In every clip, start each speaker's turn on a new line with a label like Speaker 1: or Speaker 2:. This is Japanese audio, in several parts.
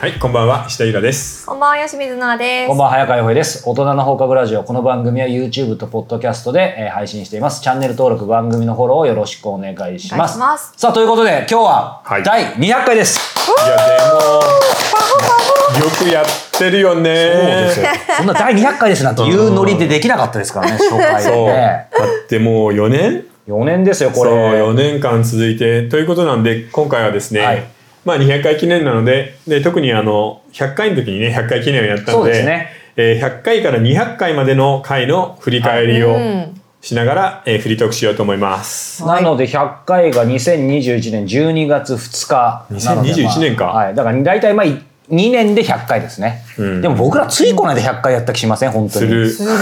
Speaker 1: はい、こんばんは、下井らです。
Speaker 2: こんばんは、吉水奈々です。
Speaker 3: こんばんは、早川洋平です。大人の放課後ラジオ。この番組は YouTube と Podcast で、えー配信しています。チャンネル登録、番組のフォローをよろしくお願いします。
Speaker 2: お願いします
Speaker 3: さあ、ということで、今日は
Speaker 1: はい
Speaker 3: 第200回です。
Speaker 1: いや、でも、よくやってるよね。
Speaker 3: そうですよそんな第200回ですなんていうノリでできなかったですからね、初回で
Speaker 1: そう
Speaker 3: ね。
Speaker 1: だってもう4年
Speaker 3: 4年ですよ、こ
Speaker 1: そう、4
Speaker 3: れ。
Speaker 1: 年間続いて。ということなんで、今回はですね、
Speaker 3: はい
Speaker 1: まあ200回記念なので、で特にあの、100回の時にね、100回記念をやったの
Speaker 3: そう
Speaker 1: で、
Speaker 3: ですね
Speaker 1: えー100回から200回までの回の振り返りを
Speaker 2: うん
Speaker 1: しながら、えーフリートークしようと思います。
Speaker 3: なので、100回が2021年12月2日なので。
Speaker 1: 2021年か
Speaker 3: まあはい。だから、大体まあ、2年で100回ですね。
Speaker 1: うん
Speaker 3: でも僕らついこの間100回やった気しません、本当
Speaker 1: す
Speaker 3: に。
Speaker 1: る。
Speaker 2: する。
Speaker 1: う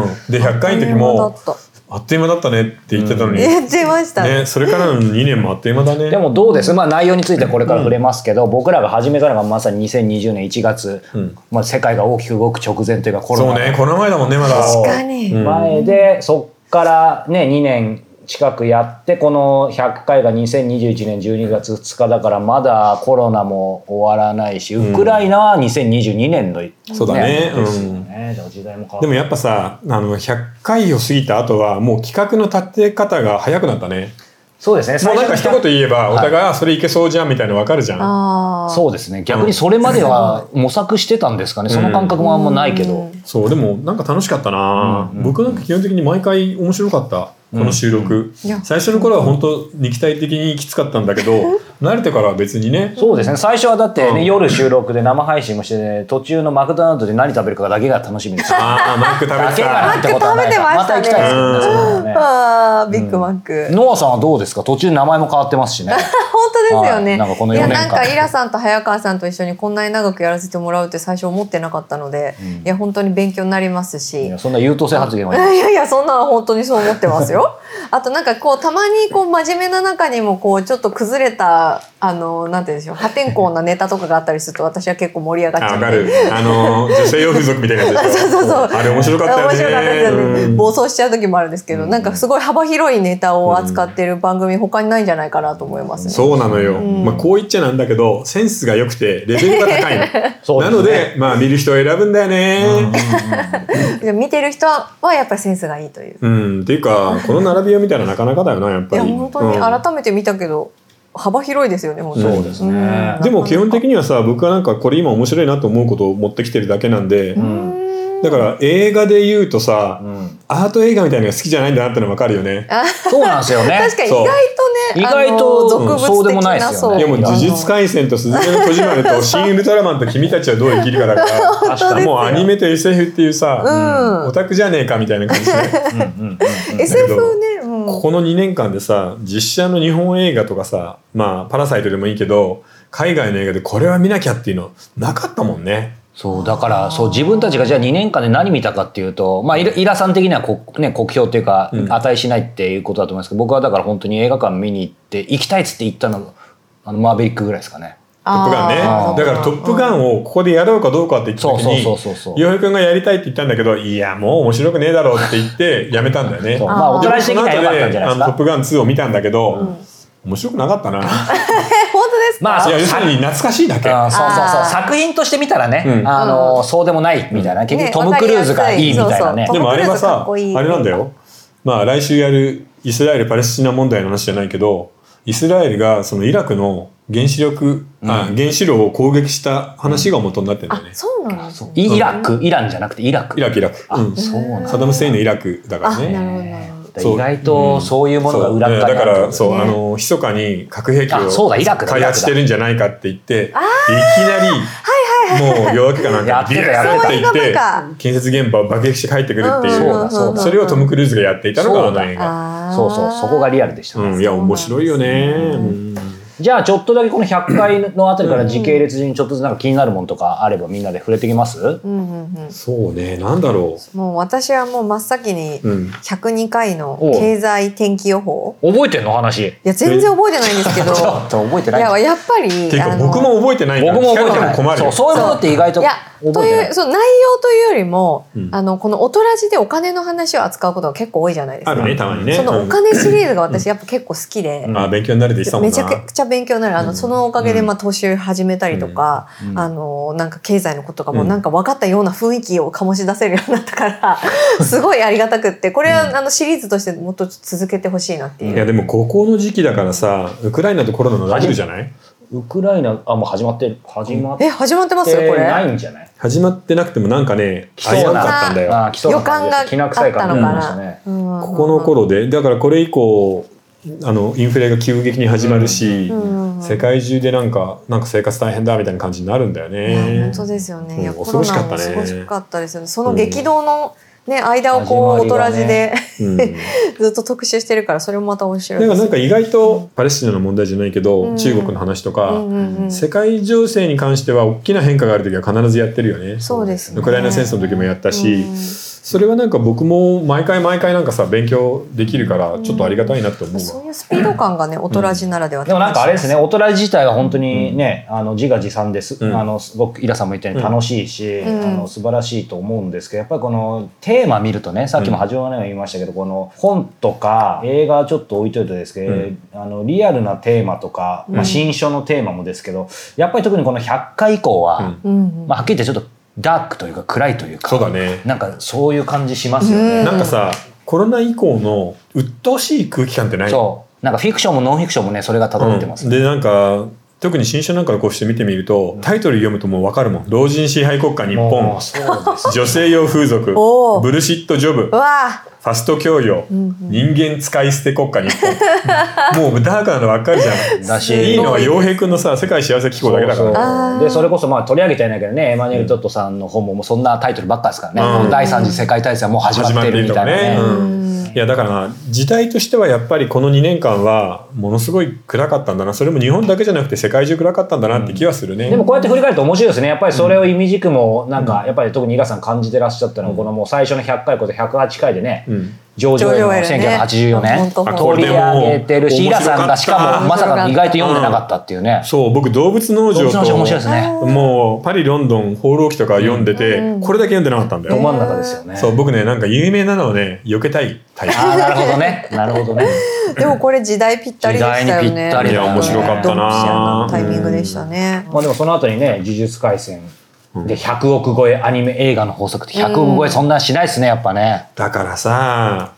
Speaker 1: ん、で100回の時
Speaker 2: あ
Speaker 1: も
Speaker 2: っと
Speaker 1: あっという間だったねって言ってたのに、
Speaker 2: 言ってましたね。
Speaker 1: ね、それからの2年もあっという間だね。
Speaker 3: でもどうです、まあ、内容についてはこれから触れますけど、僕らが始めたのがまさに2020年1月、
Speaker 1: ん
Speaker 3: まあ、世界が大きく動く直前というかコロ
Speaker 1: そう
Speaker 3: ナ
Speaker 1: ね、
Speaker 3: の
Speaker 1: この前だもんね、まだ。
Speaker 3: そう
Speaker 2: 確かに。
Speaker 1: うん
Speaker 3: 前でそっからね2年近くやってこの100回が2021年12月2日だからまだコロナも終わらないしウクライナは2022年の、
Speaker 1: そうだねうん
Speaker 3: ですよねだから時代も変わ
Speaker 1: で
Speaker 3: る
Speaker 1: もやっぱさ、あの、100回を過ぎた後は、もう企画の立て方が早くなったね。
Speaker 3: そうですね
Speaker 1: もう
Speaker 3: 最
Speaker 1: なん
Speaker 3: 初
Speaker 1: か
Speaker 3: の
Speaker 1: 一言言えば、
Speaker 3: は
Speaker 1: お
Speaker 3: い
Speaker 1: 互いはそれいけそうじゃんみたいなの分かるじゃん。
Speaker 2: ああ。
Speaker 3: そうですね逆にそれまでは模索してたんですかね、その感覚もあんまないけど、
Speaker 2: うん
Speaker 1: そう、でもなんか楽しかったな、
Speaker 3: うんうん
Speaker 1: 僕なんか基本的に毎回面白かった。この収録、
Speaker 2: いや
Speaker 1: 最初の頃は本当肉体的にきつかったんだけど慣れてからは別にね
Speaker 3: そうですね最初はだって、ね
Speaker 1: うん
Speaker 3: 夜収録で生配信もして、ね、途中のマクドナルドで何食べるかだけが楽しみ です
Speaker 1: ああマック食べ
Speaker 3: だ
Speaker 1: て
Speaker 3: け
Speaker 1: た
Speaker 3: がってことはないから
Speaker 2: マック食べてましたね
Speaker 3: また行きたいですけどねそういうのはね
Speaker 2: ああ、ビッグマック。
Speaker 3: ノアさんはどうですか途中名前も変わってますしね
Speaker 2: 本当ですよ
Speaker 3: は
Speaker 2: ね。
Speaker 3: いなんかこの
Speaker 2: いや、
Speaker 3: 四年間
Speaker 2: なんかイラさんと早川さんと一緒にこんなに長くやらせてもらうって最初思ってなかったので、いや、本当に勉強になります
Speaker 3: い
Speaker 2: し
Speaker 3: や。そんな優等生発言はいいい
Speaker 2: やいやいやそんなの本当にそう思ってます よ。あとなんかこうたまにこう真面目な中にもこうちょっと崩れたあのなんて言うんでしょう破天荒なネタとかがあったりすると私は結構盛り上がっち
Speaker 1: あ
Speaker 2: ゃ
Speaker 1: 分
Speaker 2: う。
Speaker 1: かるあの女性用風俗みたいなやつでしょ
Speaker 2: そうそう
Speaker 1: あれ面白かったよね
Speaker 2: 面白かったですよね、
Speaker 1: うん
Speaker 2: 暴走しちゃう時もあるんですけど、なんかすごい幅広いネタを扱ってる番組他にないんじゃないかなと思いますね。
Speaker 1: そうなのよ、
Speaker 2: ん
Speaker 1: まあ、こう言っちゃなんだけどセンスが良くてレベルが高 いの
Speaker 3: そうで
Speaker 1: な
Speaker 3: すね
Speaker 1: ので、まあ、見る人を選ぶんだよね、
Speaker 2: で見てる人はやっぱりセンスがいいという。
Speaker 1: うんっていうかこの並びを見たらなかなかだよなやっ
Speaker 2: い
Speaker 1: ぱり
Speaker 2: や本当に
Speaker 1: うん
Speaker 2: 改めて見たけど、幅広いですよね本当に。
Speaker 3: そうですね
Speaker 2: ん
Speaker 1: でも基本的にはさ僕はなんかこれ今面白いなと思うことを持ってきてるだけなんで、だから映画で言うとさ、
Speaker 3: うん
Speaker 1: アート映画みたいなのが好きじゃないんだなってのは分かるよね
Speaker 3: そうなんですよね
Speaker 2: 確かに意
Speaker 1: そう
Speaker 2: 外とね
Speaker 3: 意外と
Speaker 2: あの
Speaker 3: うん
Speaker 2: 俗物的
Speaker 3: そうでもないですよね
Speaker 2: そう
Speaker 1: いやもう「呪術廻戦」と「すずめの戸締まり」と「新ウルトラマン」と「君たちはどう生きるか」だか
Speaker 3: 本当です
Speaker 1: ら
Speaker 3: よ
Speaker 1: もうアニメと SF っていうさ、
Speaker 2: うん
Speaker 1: オタクじゃねえかみたいな感じで
Speaker 3: うんうんうん
Speaker 2: うん SF ね、うん、
Speaker 1: ここの2年間でさ実写の日本映画とかさまあ「パラサイト」でもいいけど海外の映画でこれは見なきゃっていうのなかったもんね。
Speaker 3: そうだからそう自分たちがじゃあ2年間で何見たかっていうと、まあ、イライラさん的にはこ、ね、国評っていうか、
Speaker 1: うん
Speaker 3: 値しないっていうことだと思いますけど僕はだから本当に映画館見に行って行きたいっつって行ったのがあのマーベリックぐらいですかね。
Speaker 1: トップガンね
Speaker 2: あー
Speaker 1: だから「トップガン」をここでやろうかどうかって言った時に
Speaker 3: そうそうそうそうそう
Speaker 1: 洋平君がやりたいって言ったんだけど「いやもう面白くねえだろ」って言ってやめたんだよね。
Speaker 3: そ
Speaker 1: で
Speaker 3: うまあ
Speaker 2: あ
Speaker 3: お
Speaker 2: ー
Speaker 3: と
Speaker 1: 僕
Speaker 3: なし
Speaker 1: そ
Speaker 3: 的
Speaker 1: の
Speaker 3: には良
Speaker 1: 後
Speaker 3: かったんじ
Speaker 1: で「
Speaker 3: ゃ
Speaker 1: あ
Speaker 3: ないです
Speaker 1: のトッ
Speaker 3: か。
Speaker 1: プガン2」を見たんだけど面白くなかったな。
Speaker 2: 本当ですか、
Speaker 3: まあ
Speaker 1: いや要するに懐かしいだけ。
Speaker 3: あーそうそうそ
Speaker 2: あー
Speaker 3: う作品として見たらね、
Speaker 1: うん
Speaker 3: あのそうでもないみたいな結
Speaker 2: ね
Speaker 3: 局トム・クルーズがいいみたいなね
Speaker 2: わかりやすいそうそう
Speaker 1: でもあれは
Speaker 2: トム
Speaker 1: さ
Speaker 2: クルーズかっこいい
Speaker 1: あれなんだよまあ来週やるイスラエル・パレスチナ問題の話じゃないけどイスラエルがそのイラクの原子力、あ原子炉を攻撃した話が元になってんだよね、
Speaker 2: そうなんですね
Speaker 3: イイラクイランじゃなくてイラク
Speaker 1: イラクイラク、うん、サ
Speaker 3: そうなんだ
Speaker 1: ダム・セインのイラクだから
Speaker 2: あな
Speaker 1: ね
Speaker 2: るほどなるほど
Speaker 3: だから意外とそういうものが
Speaker 1: そう
Speaker 3: 裏
Speaker 1: だ
Speaker 3: 側にあ
Speaker 1: か
Speaker 3: るってこと
Speaker 1: らそう、
Speaker 2: ね
Speaker 1: あの密かに核兵器
Speaker 3: あそう
Speaker 1: を
Speaker 3: だイラクだ
Speaker 1: 開発してるんじゃないかって言っていきなりもう夜明けかなん
Speaker 3: や
Speaker 1: か
Speaker 3: って
Speaker 1: ビ
Speaker 3: た
Speaker 1: ュ
Speaker 3: や
Speaker 1: ー
Speaker 3: っ
Speaker 1: ってて
Speaker 3: た
Speaker 1: 言って
Speaker 2: そういう
Speaker 1: 建設現場を爆撃して帰ってくるっていう
Speaker 3: そうだそうだ
Speaker 1: それをトム・クルーズがやっていたのが
Speaker 3: そ
Speaker 1: あ
Speaker 3: うだ
Speaker 1: の映画。
Speaker 2: あー
Speaker 3: そうそうそこがリアルでしたね、
Speaker 1: うん、いや面白いよね。うん
Speaker 3: じゃあちょっとだけこの100回のあたりから時系列順にちょっとずつなんか気になるものとかあればみんなで触れてきます、
Speaker 2: うんうんうん
Speaker 1: そうね、なんだろ
Speaker 2: もう私はもう真っ先に
Speaker 1: う。うん。
Speaker 2: 102回の
Speaker 3: おう
Speaker 2: 経済天気予報
Speaker 3: 覚えてんの話
Speaker 2: いや全然覚えてないんですけど
Speaker 3: ちょっと覚え て
Speaker 2: い
Speaker 3: ない
Speaker 2: ややっぱり
Speaker 1: ていう
Speaker 2: あ
Speaker 1: か
Speaker 2: の
Speaker 1: 僕も覚えてないから
Speaker 3: 僕も
Speaker 1: 聞かれて
Speaker 3: 覚えてな
Speaker 1: も
Speaker 3: い
Speaker 1: 困る
Speaker 3: そ
Speaker 1: よ
Speaker 3: う。そういうものって意外と
Speaker 2: いや
Speaker 3: 覚
Speaker 2: と
Speaker 3: えてない
Speaker 2: いうその内容というよりも、
Speaker 1: うん
Speaker 2: あのこの「おとらじ」でお金の話を扱うことが結構多いじゃないです
Speaker 1: あ
Speaker 2: か、
Speaker 1: るね、たまにね。
Speaker 2: その
Speaker 1: う
Speaker 2: お
Speaker 1: ん
Speaker 2: 金シリーズが私やっぱ結構好きで、
Speaker 3: うん
Speaker 1: あ、勉強になれていたもん
Speaker 2: め
Speaker 1: な
Speaker 2: ちゃ。くちゃ勉強になるあの、
Speaker 1: うん
Speaker 2: そのおかげで、まあ、投資を始めたりとか、
Speaker 3: うん
Speaker 2: あのなんか経済のことがもう
Speaker 1: うん
Speaker 2: なんか分かったような雰囲気を醸し出せるようになっ たから、すごいありがたくってこれは、あのシリーズとしてもっと続けてほしいなっていう。
Speaker 1: いやでも高校の時期だからさウクライナとコロナのダブルじゃない
Speaker 3: ウクライナあもう始まってる始まって
Speaker 2: え始まってますよこれ。
Speaker 3: ないんじゃない
Speaker 1: 始まってなくてもなんかね
Speaker 3: 来
Speaker 1: 危
Speaker 3: そうな
Speaker 1: うかったんだよ
Speaker 3: あー来そうな感じです
Speaker 2: 予感が
Speaker 3: きな臭い感じがしましたね
Speaker 2: こ
Speaker 1: ここの頃でだからこれ以降あのインフレが急激に始まるし、世界中でなんかなんか生活大変だみたいな感じになるんだよ
Speaker 2: いや
Speaker 1: ね
Speaker 2: 本。当ですよね。
Speaker 1: うん
Speaker 2: いやコ
Speaker 1: 恐
Speaker 2: ロ
Speaker 1: ろし
Speaker 2: ナ
Speaker 1: かった
Speaker 2: も
Speaker 1: ね
Speaker 2: すごしかったですよね。その激動の、ね、間をこう、大
Speaker 3: 始まりが
Speaker 2: 人
Speaker 3: ね
Speaker 2: じで
Speaker 1: うん
Speaker 2: ずっと特集してるから、それもまた面白い
Speaker 1: だ
Speaker 2: で
Speaker 1: か
Speaker 2: す。
Speaker 1: らなんか意外とパレスチナの問題じゃないけど、
Speaker 2: うん
Speaker 1: 中国の話とか、
Speaker 2: うんうんうん
Speaker 1: 世界情勢に関しては大きな変化がある時は必ずやってるよね。
Speaker 2: そうですね
Speaker 1: ウクライナ戦争の時もやったし、
Speaker 2: うん
Speaker 1: それはなんか僕も毎回毎回なんかさ勉強できるからちょっとありがたいなって思うわ。
Speaker 2: そういうスピード感がね、大人じならではって
Speaker 3: でもなんかあれですね、大人自体は本当にね、あの自画自賛です、
Speaker 1: うん
Speaker 3: あのすごくイラさんも言ったように
Speaker 1: うん
Speaker 3: 楽しいし、
Speaker 2: うん
Speaker 3: あの素晴らしいと思うんですけど、やっぱりこのテーマ見るとね、さっきも始まりにも言いましたけど、この本とか映画はちょっと置いといてですけど、
Speaker 1: うん
Speaker 3: あのリアルなテーマとか、ま
Speaker 2: うん
Speaker 3: あ、新書のテーマもですけど、やっぱり特にこの100回以降は、
Speaker 1: うん
Speaker 2: うんうん
Speaker 3: まあ、はっきり言ってちょっとダークというか暗いというか、
Speaker 1: そうだね
Speaker 3: なんかそういう感じしますよね。
Speaker 2: うん
Speaker 1: なんかさコロナ以降の鬱陶しい空気感ってない
Speaker 3: そうなんかフィクションもノンフィクションもね、それが漂ってます、
Speaker 1: うんでなんか特に新書なんかのこうして見てみると、タイトル読むともう分かるもん「老人支配国家日
Speaker 3: も
Speaker 1: 本
Speaker 3: うそうです
Speaker 1: 女性用風俗
Speaker 2: おー
Speaker 1: ブルシットジョブ
Speaker 2: うわ
Speaker 1: ファスト教養、
Speaker 2: ん
Speaker 1: 人間使い捨て国家日 本もうダークなのばっかりじゃん
Speaker 3: だし
Speaker 1: いいのは洋平君のさ「世界幸せ機構」だけだから
Speaker 3: そうそう
Speaker 2: あー
Speaker 3: でそれこそまあ取り上げてないけどねエマニュエル・トットさんの本ももうそんなタイトルばっかですからね、
Speaker 1: うん
Speaker 3: もう第三次世界大戦はもう始まってるみたいなね
Speaker 1: 始まってるとか
Speaker 2: う
Speaker 1: うんいやだからな時代としてはやっぱりこの2年間はものすごい暗かったんだなそれも日本だけじゃなくて世界中暗かったんだなって気はするね、
Speaker 3: でもこうやって振り返ると面白いですねやっぱりそれを意味軸もなんかやっぱり特に伊賀さん感じてらっしゃったのはこのもう最初の100回こと108回でね、
Speaker 1: うん
Speaker 3: ジョージ・オエルの1984
Speaker 2: 本
Speaker 3: 年
Speaker 2: 当本当
Speaker 3: 取り上げてるし伊
Speaker 1: 面
Speaker 3: 賀
Speaker 1: 白かった
Speaker 3: さんがしかもまさかの意外と読んでなかったっていうね、
Speaker 1: そう僕動物農
Speaker 3: ど
Speaker 1: 場
Speaker 3: っちの話
Speaker 1: と
Speaker 3: 面白いですね
Speaker 2: あ
Speaker 1: もうパリロンドン放浪記とか読んでて、
Speaker 2: うん
Speaker 1: これだけ読んでなかったんだ
Speaker 3: ど
Speaker 1: よ、
Speaker 3: 真ん中ですよね
Speaker 1: そう僕ねなんか有名なのをね避けたいタイプ
Speaker 3: ああなるほどねなるほどね
Speaker 2: でもこれ時代ぴったりでしたよ
Speaker 3: 時代に
Speaker 2: ね
Speaker 3: ぴったりだねいや面白
Speaker 1: かったな
Speaker 2: ドンピシャタイミングでしたね。
Speaker 3: まあでもその後にね「呪術廻戦」で100億超えアニメ映画の法則って100億超えそんなしないですねやっぱね。
Speaker 1: だからさ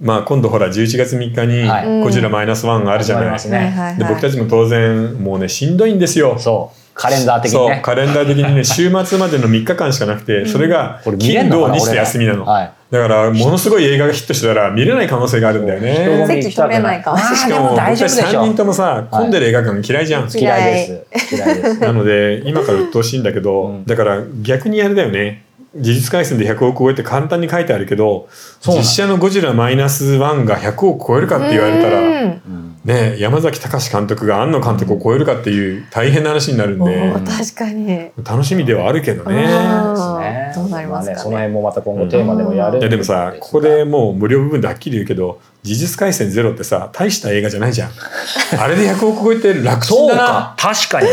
Speaker 1: まあ今度ほら11月3日に
Speaker 3: は
Speaker 1: 「
Speaker 3: い
Speaker 1: こちらマイナスワンがあるじゃない、
Speaker 3: ありますね
Speaker 2: はいはいはい
Speaker 1: で僕たちも当然もうねしんどいんですよ
Speaker 3: そうカレンダー的に
Speaker 1: そう
Speaker 3: ね。
Speaker 1: カレンダー的 にね週末までの3日間しかなくてそれが
Speaker 3: これ見れ
Speaker 1: 金
Speaker 3: んのか
Speaker 1: 土
Speaker 3: な
Speaker 1: にして休みなの
Speaker 3: 俺らはい
Speaker 1: だからものすごい映画がヒットしてたら見れない可能性があるんだよ
Speaker 3: 人混
Speaker 1: ね
Speaker 3: み
Speaker 2: 席取れないかもしれ
Speaker 1: しか
Speaker 2: ない
Speaker 3: 行きたくあーで
Speaker 1: も
Speaker 3: も
Speaker 1: 僕た
Speaker 3: 大
Speaker 1: ち
Speaker 3: 丈夫でし
Speaker 1: 3人
Speaker 3: ょ
Speaker 1: ともさ混んでる映画館嫌いじゃん
Speaker 2: い
Speaker 3: 嫌いです嫌いです。
Speaker 1: なので今から鬱陶しいんだけど、
Speaker 3: ん
Speaker 1: だから逆にあれだよね事実回線で100億超えって簡単に書いてあるけど
Speaker 3: うな
Speaker 1: 実写
Speaker 3: の
Speaker 1: の「ゴジラマイナスワンが100億超えるかって言われたら、
Speaker 2: うん
Speaker 1: ね、山崎隆監督が庵野監督を超えるかっていう大変な話になるんで
Speaker 2: おー確かに。
Speaker 1: 楽しみではあるけどね。
Speaker 2: うん
Speaker 3: そうです
Speaker 2: どうなりますかね
Speaker 3: あその辺もまた今後テーマでもやるん
Speaker 1: いやでもさここでもう無料部分ではっきり言うけど「事実回線ゼロ」ってさ大した映画じゃないじゃんあれで100億超えて楽ちん
Speaker 3: そう
Speaker 1: だな
Speaker 3: か確かにい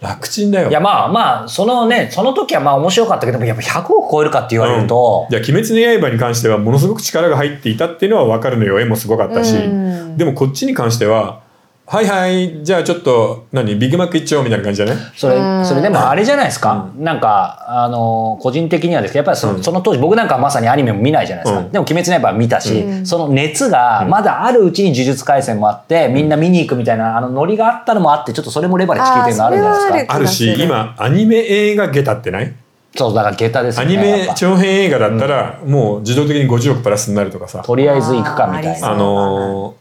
Speaker 1: 楽ちんだよ
Speaker 3: やまあまあそのねその時はまあ面白かったけどもやっぱ100億超えるかって言われると
Speaker 1: うん、いや「鬼滅の刃」に関してはものすごく力が入っていたっていうのは分かるのよ絵もすごかったし、
Speaker 2: うん
Speaker 1: でもこっちに関しては「はいはいじゃあちょっと何ビッグマック一丁」みたいな感じじゃない
Speaker 3: それ
Speaker 2: うん
Speaker 3: それでもあれじゃないですか、なんかあの個人的にはですけどやっぱりそ,、
Speaker 1: うん
Speaker 3: その当時僕なんかはまさにアニメも見ないじゃないですか、
Speaker 1: うん
Speaker 3: でも「鬼滅の刃」は見たし、
Speaker 2: うん
Speaker 3: その熱がまだあるうちに「呪術廻戦」もあって、みんな見に行くみたいなあのノリがあったのもあってちょっとそれもレバレッジ効いてるのあるんじゃない
Speaker 2: あーそ
Speaker 3: で
Speaker 2: れは
Speaker 3: すか
Speaker 1: あるし
Speaker 2: 気がする
Speaker 1: 今アニメ映画下駄ってない
Speaker 3: そうだから下駄です
Speaker 1: ア
Speaker 3: よね
Speaker 1: ニ
Speaker 3: やっ
Speaker 1: メ
Speaker 3: ぱ
Speaker 1: 長編映画だったらもう自動的に50億プラスになるとかさ
Speaker 3: とりあえず行くかみたい
Speaker 2: あ
Speaker 3: な
Speaker 1: あのー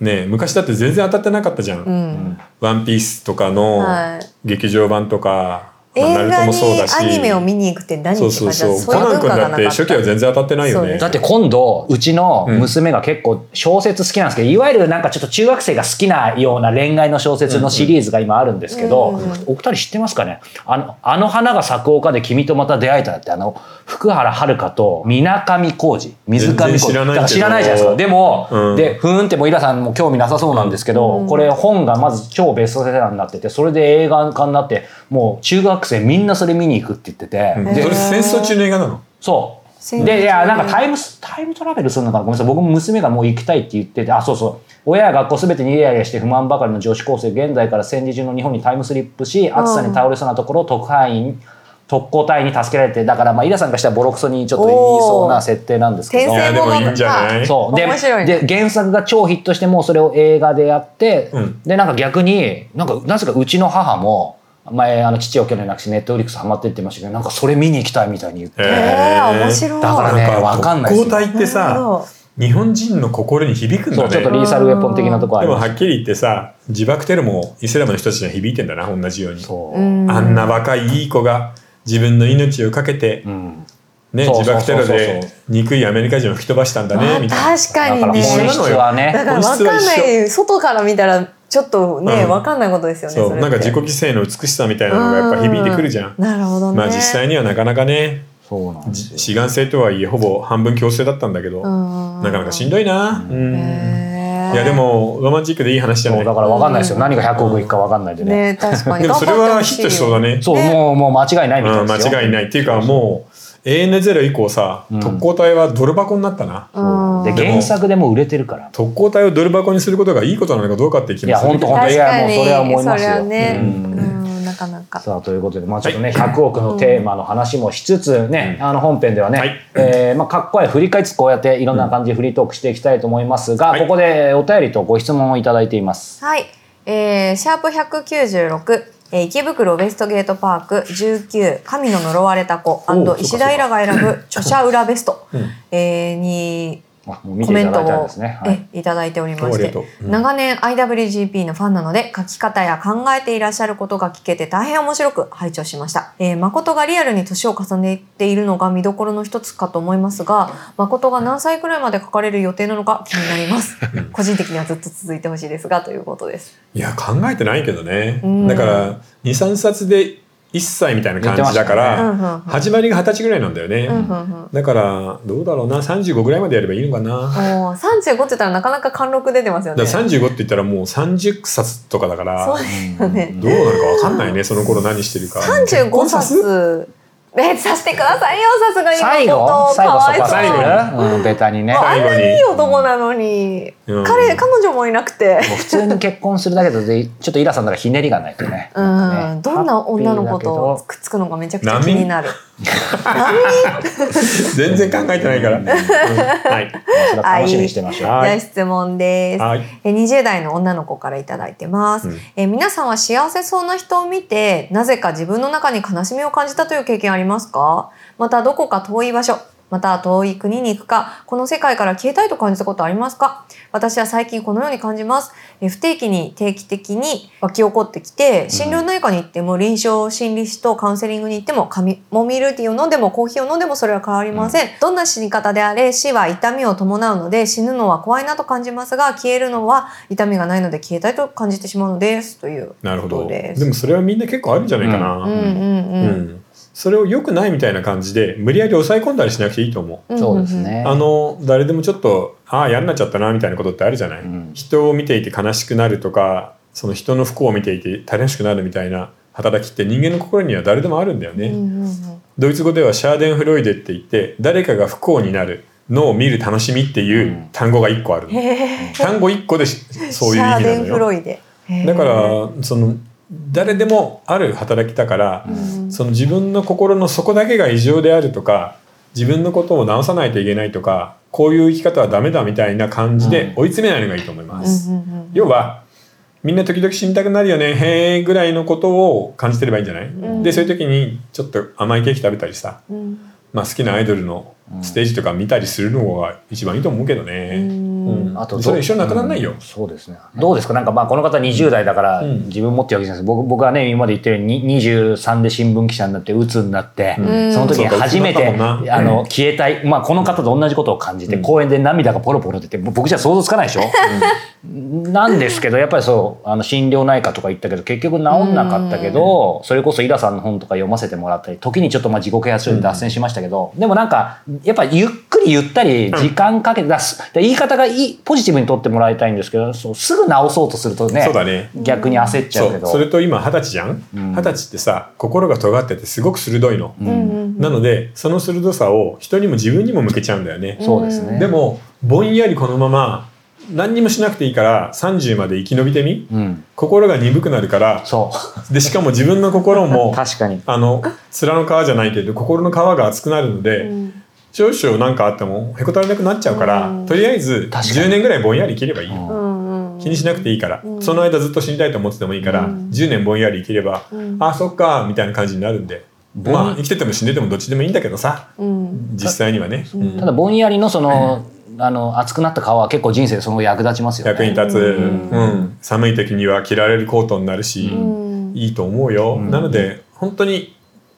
Speaker 1: ね昔だって全然当たってなかったじゃん「
Speaker 2: うん
Speaker 1: ワンピースとかの
Speaker 2: はい
Speaker 1: 劇場版とか、まあ
Speaker 2: 映
Speaker 1: ナルト
Speaker 2: 画
Speaker 1: も
Speaker 2: に
Speaker 1: そうだし
Speaker 2: アニメを見に行くって何って
Speaker 1: そ
Speaker 2: 感
Speaker 1: う
Speaker 2: じ
Speaker 1: そう
Speaker 2: だ
Speaker 1: そう
Speaker 2: そ
Speaker 1: コ
Speaker 2: ういう
Speaker 1: ナン
Speaker 2: 文
Speaker 1: 君
Speaker 2: 化が
Speaker 1: だ
Speaker 2: な
Speaker 1: っ
Speaker 2: か
Speaker 1: て
Speaker 2: った
Speaker 1: 初期は全然当たってないよ
Speaker 2: そうで
Speaker 1: ね
Speaker 2: す
Speaker 3: だって今度うちの娘が結構小説好きなんですけど、いわゆるなんかちょっと中学生が好きなような恋愛の小説のシリーズが今あるんですけど、
Speaker 2: うんうん
Speaker 3: お二人知ってますかねあの「あの花が咲く丘で君とまた出会えた」ってあの福原遥と水上浩二水上浩二
Speaker 1: 全然知らないけど
Speaker 3: だから知らないじゃないですかでも、
Speaker 1: うん
Speaker 3: でふーんってもうイラさんも興味なさそうなんですけど、これ本がまず超ベストセラーになっててそれで映画化になってもう中学生みんなそれ見に行くって言ってて、
Speaker 1: うん
Speaker 3: で
Speaker 1: それ戦争中の映画なの
Speaker 3: そう
Speaker 2: 先
Speaker 3: でいやなんかタイムスタイムトラベルするのかなごめんなさい僕も娘がもう行きたいって言っててあそうそう親や学校すべてにイライラして不満ばかりの女子高生現在から戦時中の日本にタイムスリップし暑さに倒れそうなところを特派員特攻隊に助けられてだからまあイラさんがしたらボロクソにちょっと言いそうな設定なんですけ
Speaker 2: 転
Speaker 3: ど
Speaker 1: い
Speaker 2: 生
Speaker 1: やで
Speaker 2: もの
Speaker 1: も
Speaker 2: か
Speaker 1: いいんじゃない
Speaker 3: そうで
Speaker 2: 面白いね
Speaker 3: で原作が超ヒットしてもうそれを映画でやって、
Speaker 1: うん
Speaker 3: でなんか逆になんかなぜかうちの母も前あの父を去年亡くしネットフリックスハマってって言ってましたけどなんかそれ見に行きたいみたいに言って、
Speaker 2: えー面白い
Speaker 3: だからねわかんないです
Speaker 1: 交代って
Speaker 2: なる
Speaker 1: さ
Speaker 2: ほど
Speaker 1: 日本人の心に響くん
Speaker 3: そ
Speaker 1: だ
Speaker 3: うちょっと
Speaker 1: ね
Speaker 3: リーサルウェポン的なとこあ
Speaker 1: で
Speaker 3: り
Speaker 1: も
Speaker 3: ま
Speaker 1: は
Speaker 3: す
Speaker 1: っきり言ってさ自爆テロもイスラムの人たちには響いてんだな同じように
Speaker 3: そう、
Speaker 2: うん
Speaker 1: あんな若いいい子が自分の命をかけて、
Speaker 3: うん
Speaker 1: ね、
Speaker 3: そう
Speaker 1: 自爆テロ
Speaker 3: そうそうそ
Speaker 1: で憎いアメリカ人を吹き飛ばしたんだねみ
Speaker 2: ま
Speaker 1: た
Speaker 2: あ
Speaker 1: い
Speaker 2: 確かに
Speaker 3: だから
Speaker 2: ね
Speaker 3: 本質は
Speaker 2: だ
Speaker 3: ね
Speaker 2: から分かんない外から見たらちょっとね、
Speaker 1: うん
Speaker 2: 分かんないことですよ
Speaker 1: な
Speaker 2: ね
Speaker 1: そう
Speaker 2: れって
Speaker 1: なんか自己犠牲の美しさみたいなのがやっぱ響いてくるじゃん
Speaker 2: なるほどね
Speaker 1: まあ実際にはなかなかね
Speaker 3: そうなんです
Speaker 1: じ
Speaker 3: よ
Speaker 1: 志願制とはいえほぼ半分強制だったんだけど、な
Speaker 2: な
Speaker 1: かなかしんどいな、う
Speaker 3: う
Speaker 1: ん
Speaker 2: へー
Speaker 1: いやでもロマンチックでいい話じゃな
Speaker 3: そ
Speaker 1: いう
Speaker 3: だから分かんないですよ、
Speaker 2: うん
Speaker 3: 何が100億いくか分かんないでね
Speaker 2: ね確かに
Speaker 1: でもそれはヒットしそうだ
Speaker 2: ね
Speaker 1: ね
Speaker 3: そう
Speaker 2: ね
Speaker 3: もうもう間違いないみた
Speaker 1: う
Speaker 3: い
Speaker 1: ん、
Speaker 3: ですよ
Speaker 1: 間違いないっていうかもう AN0 以降さ、
Speaker 3: うん
Speaker 1: 特攻隊はドル箱になったな、
Speaker 3: そう
Speaker 2: で
Speaker 3: で
Speaker 1: も
Speaker 3: 原作でもう売れてるから
Speaker 1: 特攻隊をドル箱にすることがいいことなのかどうかって気
Speaker 3: い
Speaker 1: も
Speaker 3: や
Speaker 1: するけ
Speaker 3: 本
Speaker 1: ど
Speaker 3: 当本当いやもうそれは思います
Speaker 2: それは
Speaker 3: よ、
Speaker 2: ね、
Speaker 1: う
Speaker 2: う
Speaker 1: んん
Speaker 2: なかなか
Speaker 3: さあということで、まあ、ちょっとね、100億のテーマの話もしつつね、
Speaker 1: うん
Speaker 3: あの本編ではね、
Speaker 1: はい
Speaker 3: えーまあ、かっこいい振り返りつつこうやっていろんな感じでフリートークしていきたいと思いますが、
Speaker 1: はい
Speaker 3: ここでえーお便りとご質問をいただいています。
Speaker 2: はい、えー、シャープ196えー池袋ウエストゲートパーク19神の呪われた子
Speaker 3: そうか
Speaker 2: 石田イラが選ぶ著者裏ベスト、えーに
Speaker 3: あもう見
Speaker 2: コ
Speaker 3: てい
Speaker 2: メ
Speaker 3: た
Speaker 2: ント
Speaker 3: だいたん
Speaker 2: を
Speaker 3: ですね。はい
Speaker 2: えいただいておりまし
Speaker 1: あり
Speaker 2: て
Speaker 1: がとううん
Speaker 2: 長年 IWGP のファンなので書き方や考えていらっしゃることが聞けて大変面白く拝聴しました、えー誠がリアルに年を重ねているのが見どころの一つかと思いますが誠が何歳くらいまで書かれる予定なのか気になります個人的にはずっと続いてほしいですがということです
Speaker 1: いや考えてないけどね、
Speaker 2: うん
Speaker 1: だから23冊で1歳みたいな感じだか
Speaker 2: うんう
Speaker 1: ら、
Speaker 2: んうん
Speaker 1: 始まりが二十歳ぐらいなんだよね、
Speaker 2: うんうん
Speaker 1: だからどうだろうな35ぐらいまでやればいいのかな、だか
Speaker 2: うんおー35って言ったらなかなか貫禄出てますよね
Speaker 1: ら35って言ったらもう30冊とかだから
Speaker 2: そうですよね
Speaker 1: どうなるかわかんないねその頃何してるか
Speaker 2: 35冊えさせてくださいよさすがに
Speaker 3: 最後
Speaker 2: 誠
Speaker 3: 最
Speaker 2: か
Speaker 3: 後そ
Speaker 2: わいそ
Speaker 3: こ
Speaker 2: う
Speaker 3: 最後、うん、ベタにね。
Speaker 2: あん
Speaker 1: 最後
Speaker 2: な
Speaker 1: に
Speaker 2: にいい男なのに、
Speaker 1: うん
Speaker 2: 彼彼女もいなくて、
Speaker 3: もう普通に結婚するだけどでちょっとイラさんならひねりがないとね。
Speaker 2: う
Speaker 3: なん
Speaker 2: ん
Speaker 3: かね
Speaker 2: どんな女の子
Speaker 3: ハッ
Speaker 2: と
Speaker 3: ピ
Speaker 2: くっつくのかめちゃくちゃ気になる。
Speaker 1: 全然考えてないから、
Speaker 3: う ん
Speaker 1: はい
Speaker 3: ーだから楽しみにしてましょう。
Speaker 2: じ
Speaker 1: は
Speaker 2: ゃあ
Speaker 1: い
Speaker 2: 質問です。
Speaker 1: はい
Speaker 2: え20代の女の子からいただいてます、
Speaker 1: うん
Speaker 2: え皆さんは幸せそうな人を見てなぜか自分の中に悲しみを感じたという経験ありますかまたどこか遠い場所また遠い国に行くかこの世界から消えたいと感じたことありますか私は最近このように感じますえ不定期に定期的に湧き起こってきて心療内科に行っても臨床心理士とカウンセリングに行っても紙もみルーティンを飲んでもコーヒーを飲んでもそれは変わりません、どんな死に方であれ死は痛みを伴うので死ぬのは怖いなと感じますが消えるのは痛みがないので消えたいと感じてしまうのですという
Speaker 1: なるほ
Speaker 2: こ
Speaker 1: ど
Speaker 2: と
Speaker 1: で
Speaker 2: です
Speaker 1: もそれはみんな結構あるんじゃないかな、
Speaker 2: うんうんう
Speaker 1: うんんそれを良くないみたいな感じで無理やり抑え込んだりしなくていいと思
Speaker 2: うん
Speaker 3: そうですね
Speaker 1: う。あの誰でもちょっとああ嫌になっちゃったなみたいなことってあるじゃない、
Speaker 3: うん
Speaker 1: 人を見ていて悲しくなるとかその人の不幸を見ていて楽しくなるみたいな働きって人間の心には誰でもあるんだよね、
Speaker 2: うんうんうん
Speaker 1: ドイツ語ではシャーデンフロイデって言って誰かが不幸になるのを見る楽しみっていう単語が1個あるの、
Speaker 2: へー
Speaker 1: 単語1個でしそういう意味
Speaker 2: シャー
Speaker 1: な
Speaker 2: デン
Speaker 1: の
Speaker 2: フ
Speaker 1: よ
Speaker 2: ロイデ
Speaker 1: だからその誰でもある働きだから、
Speaker 2: ん
Speaker 1: その自分の心の底だけが異常であるとか自分のことを直さないといけないとかこういう生き方はダメだみたいな感じで追い詰めないのがいいと思います、要はみんな時々死にたくなるよねへえぐらいのことを感じてればいいんじゃない、
Speaker 2: ん
Speaker 1: でそういう時にちょっと甘いケーキ食べたりさ、まあ、好きなアイドルのステージとか見たりするのが一番いいと思うけどね、
Speaker 2: うん
Speaker 1: うん
Speaker 3: あと
Speaker 1: それ一緒になくならないよ、
Speaker 3: うんそうですね。どうですかなんかまあこの方20代だから
Speaker 1: うん
Speaker 3: 自分持ってるわけじゃないです。僕僕はね今まで言ったようにに23で新聞記者になって鬱になって、
Speaker 2: うん
Speaker 3: その時に初めて
Speaker 1: そうかうちもだったもんな
Speaker 3: あの消えたいまあこの方と同じことを感じて、
Speaker 1: うん
Speaker 3: 公園で涙がポロポロ出てもう僕じゃ想像つかないでしょ。なんですけどやっぱりそうあの心療内科とか行ったけど結局治んなかったけどそれこそイラさんの本とか読ませてもらったり時にちょっとまあ自己啓発書に脱線しましたけど、でもなんかやっぱゆっくりゆったり時間かけて出す、で言い方がいいポジティブに取ってもらいたいんですけどそうすぐ治そうとするとね
Speaker 1: そうだね
Speaker 3: 逆に焦っちゃ
Speaker 1: そう
Speaker 3: け
Speaker 1: う
Speaker 3: ど
Speaker 1: それと今二十歳じゃん
Speaker 3: うん
Speaker 1: 二十、歳ってさ心が尖っててすごく鋭いの、
Speaker 2: うんうんうん
Speaker 1: なのでその鋭さを人にも自分にも向けちゃうんだよね。
Speaker 3: そうですね
Speaker 1: でもぼんやりこのまま何にもしなくていいから30まで生き延びてみ
Speaker 3: うん、
Speaker 1: 心が鈍くなるから
Speaker 3: そ
Speaker 1: でしかも自分の心
Speaker 3: う
Speaker 1: も
Speaker 3: 確かに
Speaker 1: あの面の皮じゃないけど心の皮が厚くなるので、
Speaker 2: うん
Speaker 1: 少々何かあってもへこたれなくなっちゃうから、
Speaker 2: うん
Speaker 1: とりあえず
Speaker 3: 確かに
Speaker 1: 10年ぐらいぼんやり生きればいいよ、
Speaker 3: うん
Speaker 2: うんうん
Speaker 1: 気にしなくていいから、
Speaker 2: うん
Speaker 1: その間ずっと死にたいと思っててもいいから、
Speaker 2: うん
Speaker 1: 10年ぼんやり生きれば、
Speaker 2: うん
Speaker 1: あそっかみたいな感じになるんで、
Speaker 3: ぼん
Speaker 1: まあ生きてても死んでてもどっちでもいいんだけどさ
Speaker 2: うん
Speaker 1: 実際にはね、
Speaker 2: うん
Speaker 1: うん
Speaker 3: ただぼんやりのその、あの熱くなった顔は結構人生でその後役立ちますよ
Speaker 1: 役に
Speaker 3: ね。
Speaker 1: 立つ、
Speaker 2: うん
Speaker 1: うん寒い時には着られるコートになるし、
Speaker 2: うん
Speaker 1: いいと思うよ、
Speaker 3: うん
Speaker 1: なので本当に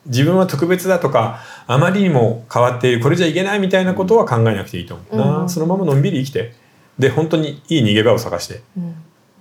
Speaker 1: 自分は特別だとかあまりにも変わっているこれじゃいけないみたいなことは考えなくていいと思うな、
Speaker 2: うん
Speaker 1: そのままのんびり生きてで本当にいい逃げ場を探して
Speaker 2: うん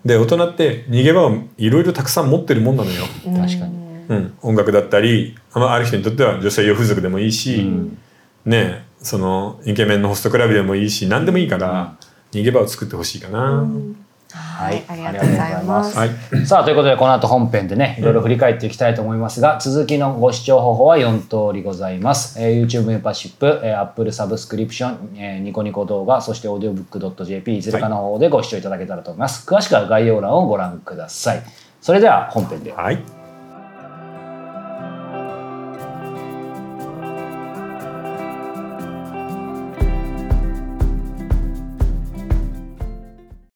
Speaker 1: で大人って逃げ場をいろいろたくさん持ってるもんなのよ、
Speaker 2: うん
Speaker 3: 確かに
Speaker 1: うん、音楽だったり、まあ、ある人にとっては女性用風俗でもいいし、
Speaker 3: うん
Speaker 1: ねえそのイケメンのホストクラブでもいいし何でもいいから逃げ場を作ってほしいかな、
Speaker 2: うんは
Speaker 3: はいい、
Speaker 2: ありがとうございます。
Speaker 1: はい
Speaker 3: さあということでこの後本編でねいろいろ振り返っていきたいと思いますが、続きのご視聴方法は4通りございます、えー YouTube メンバーシップ、えー Apple サブスクリプション、えーニコニコ動画そして audiobook.jp いずれかの方でご視聴いただけたらと思います、詳しくは概要欄をご覧くださいそれでは本編で
Speaker 1: はい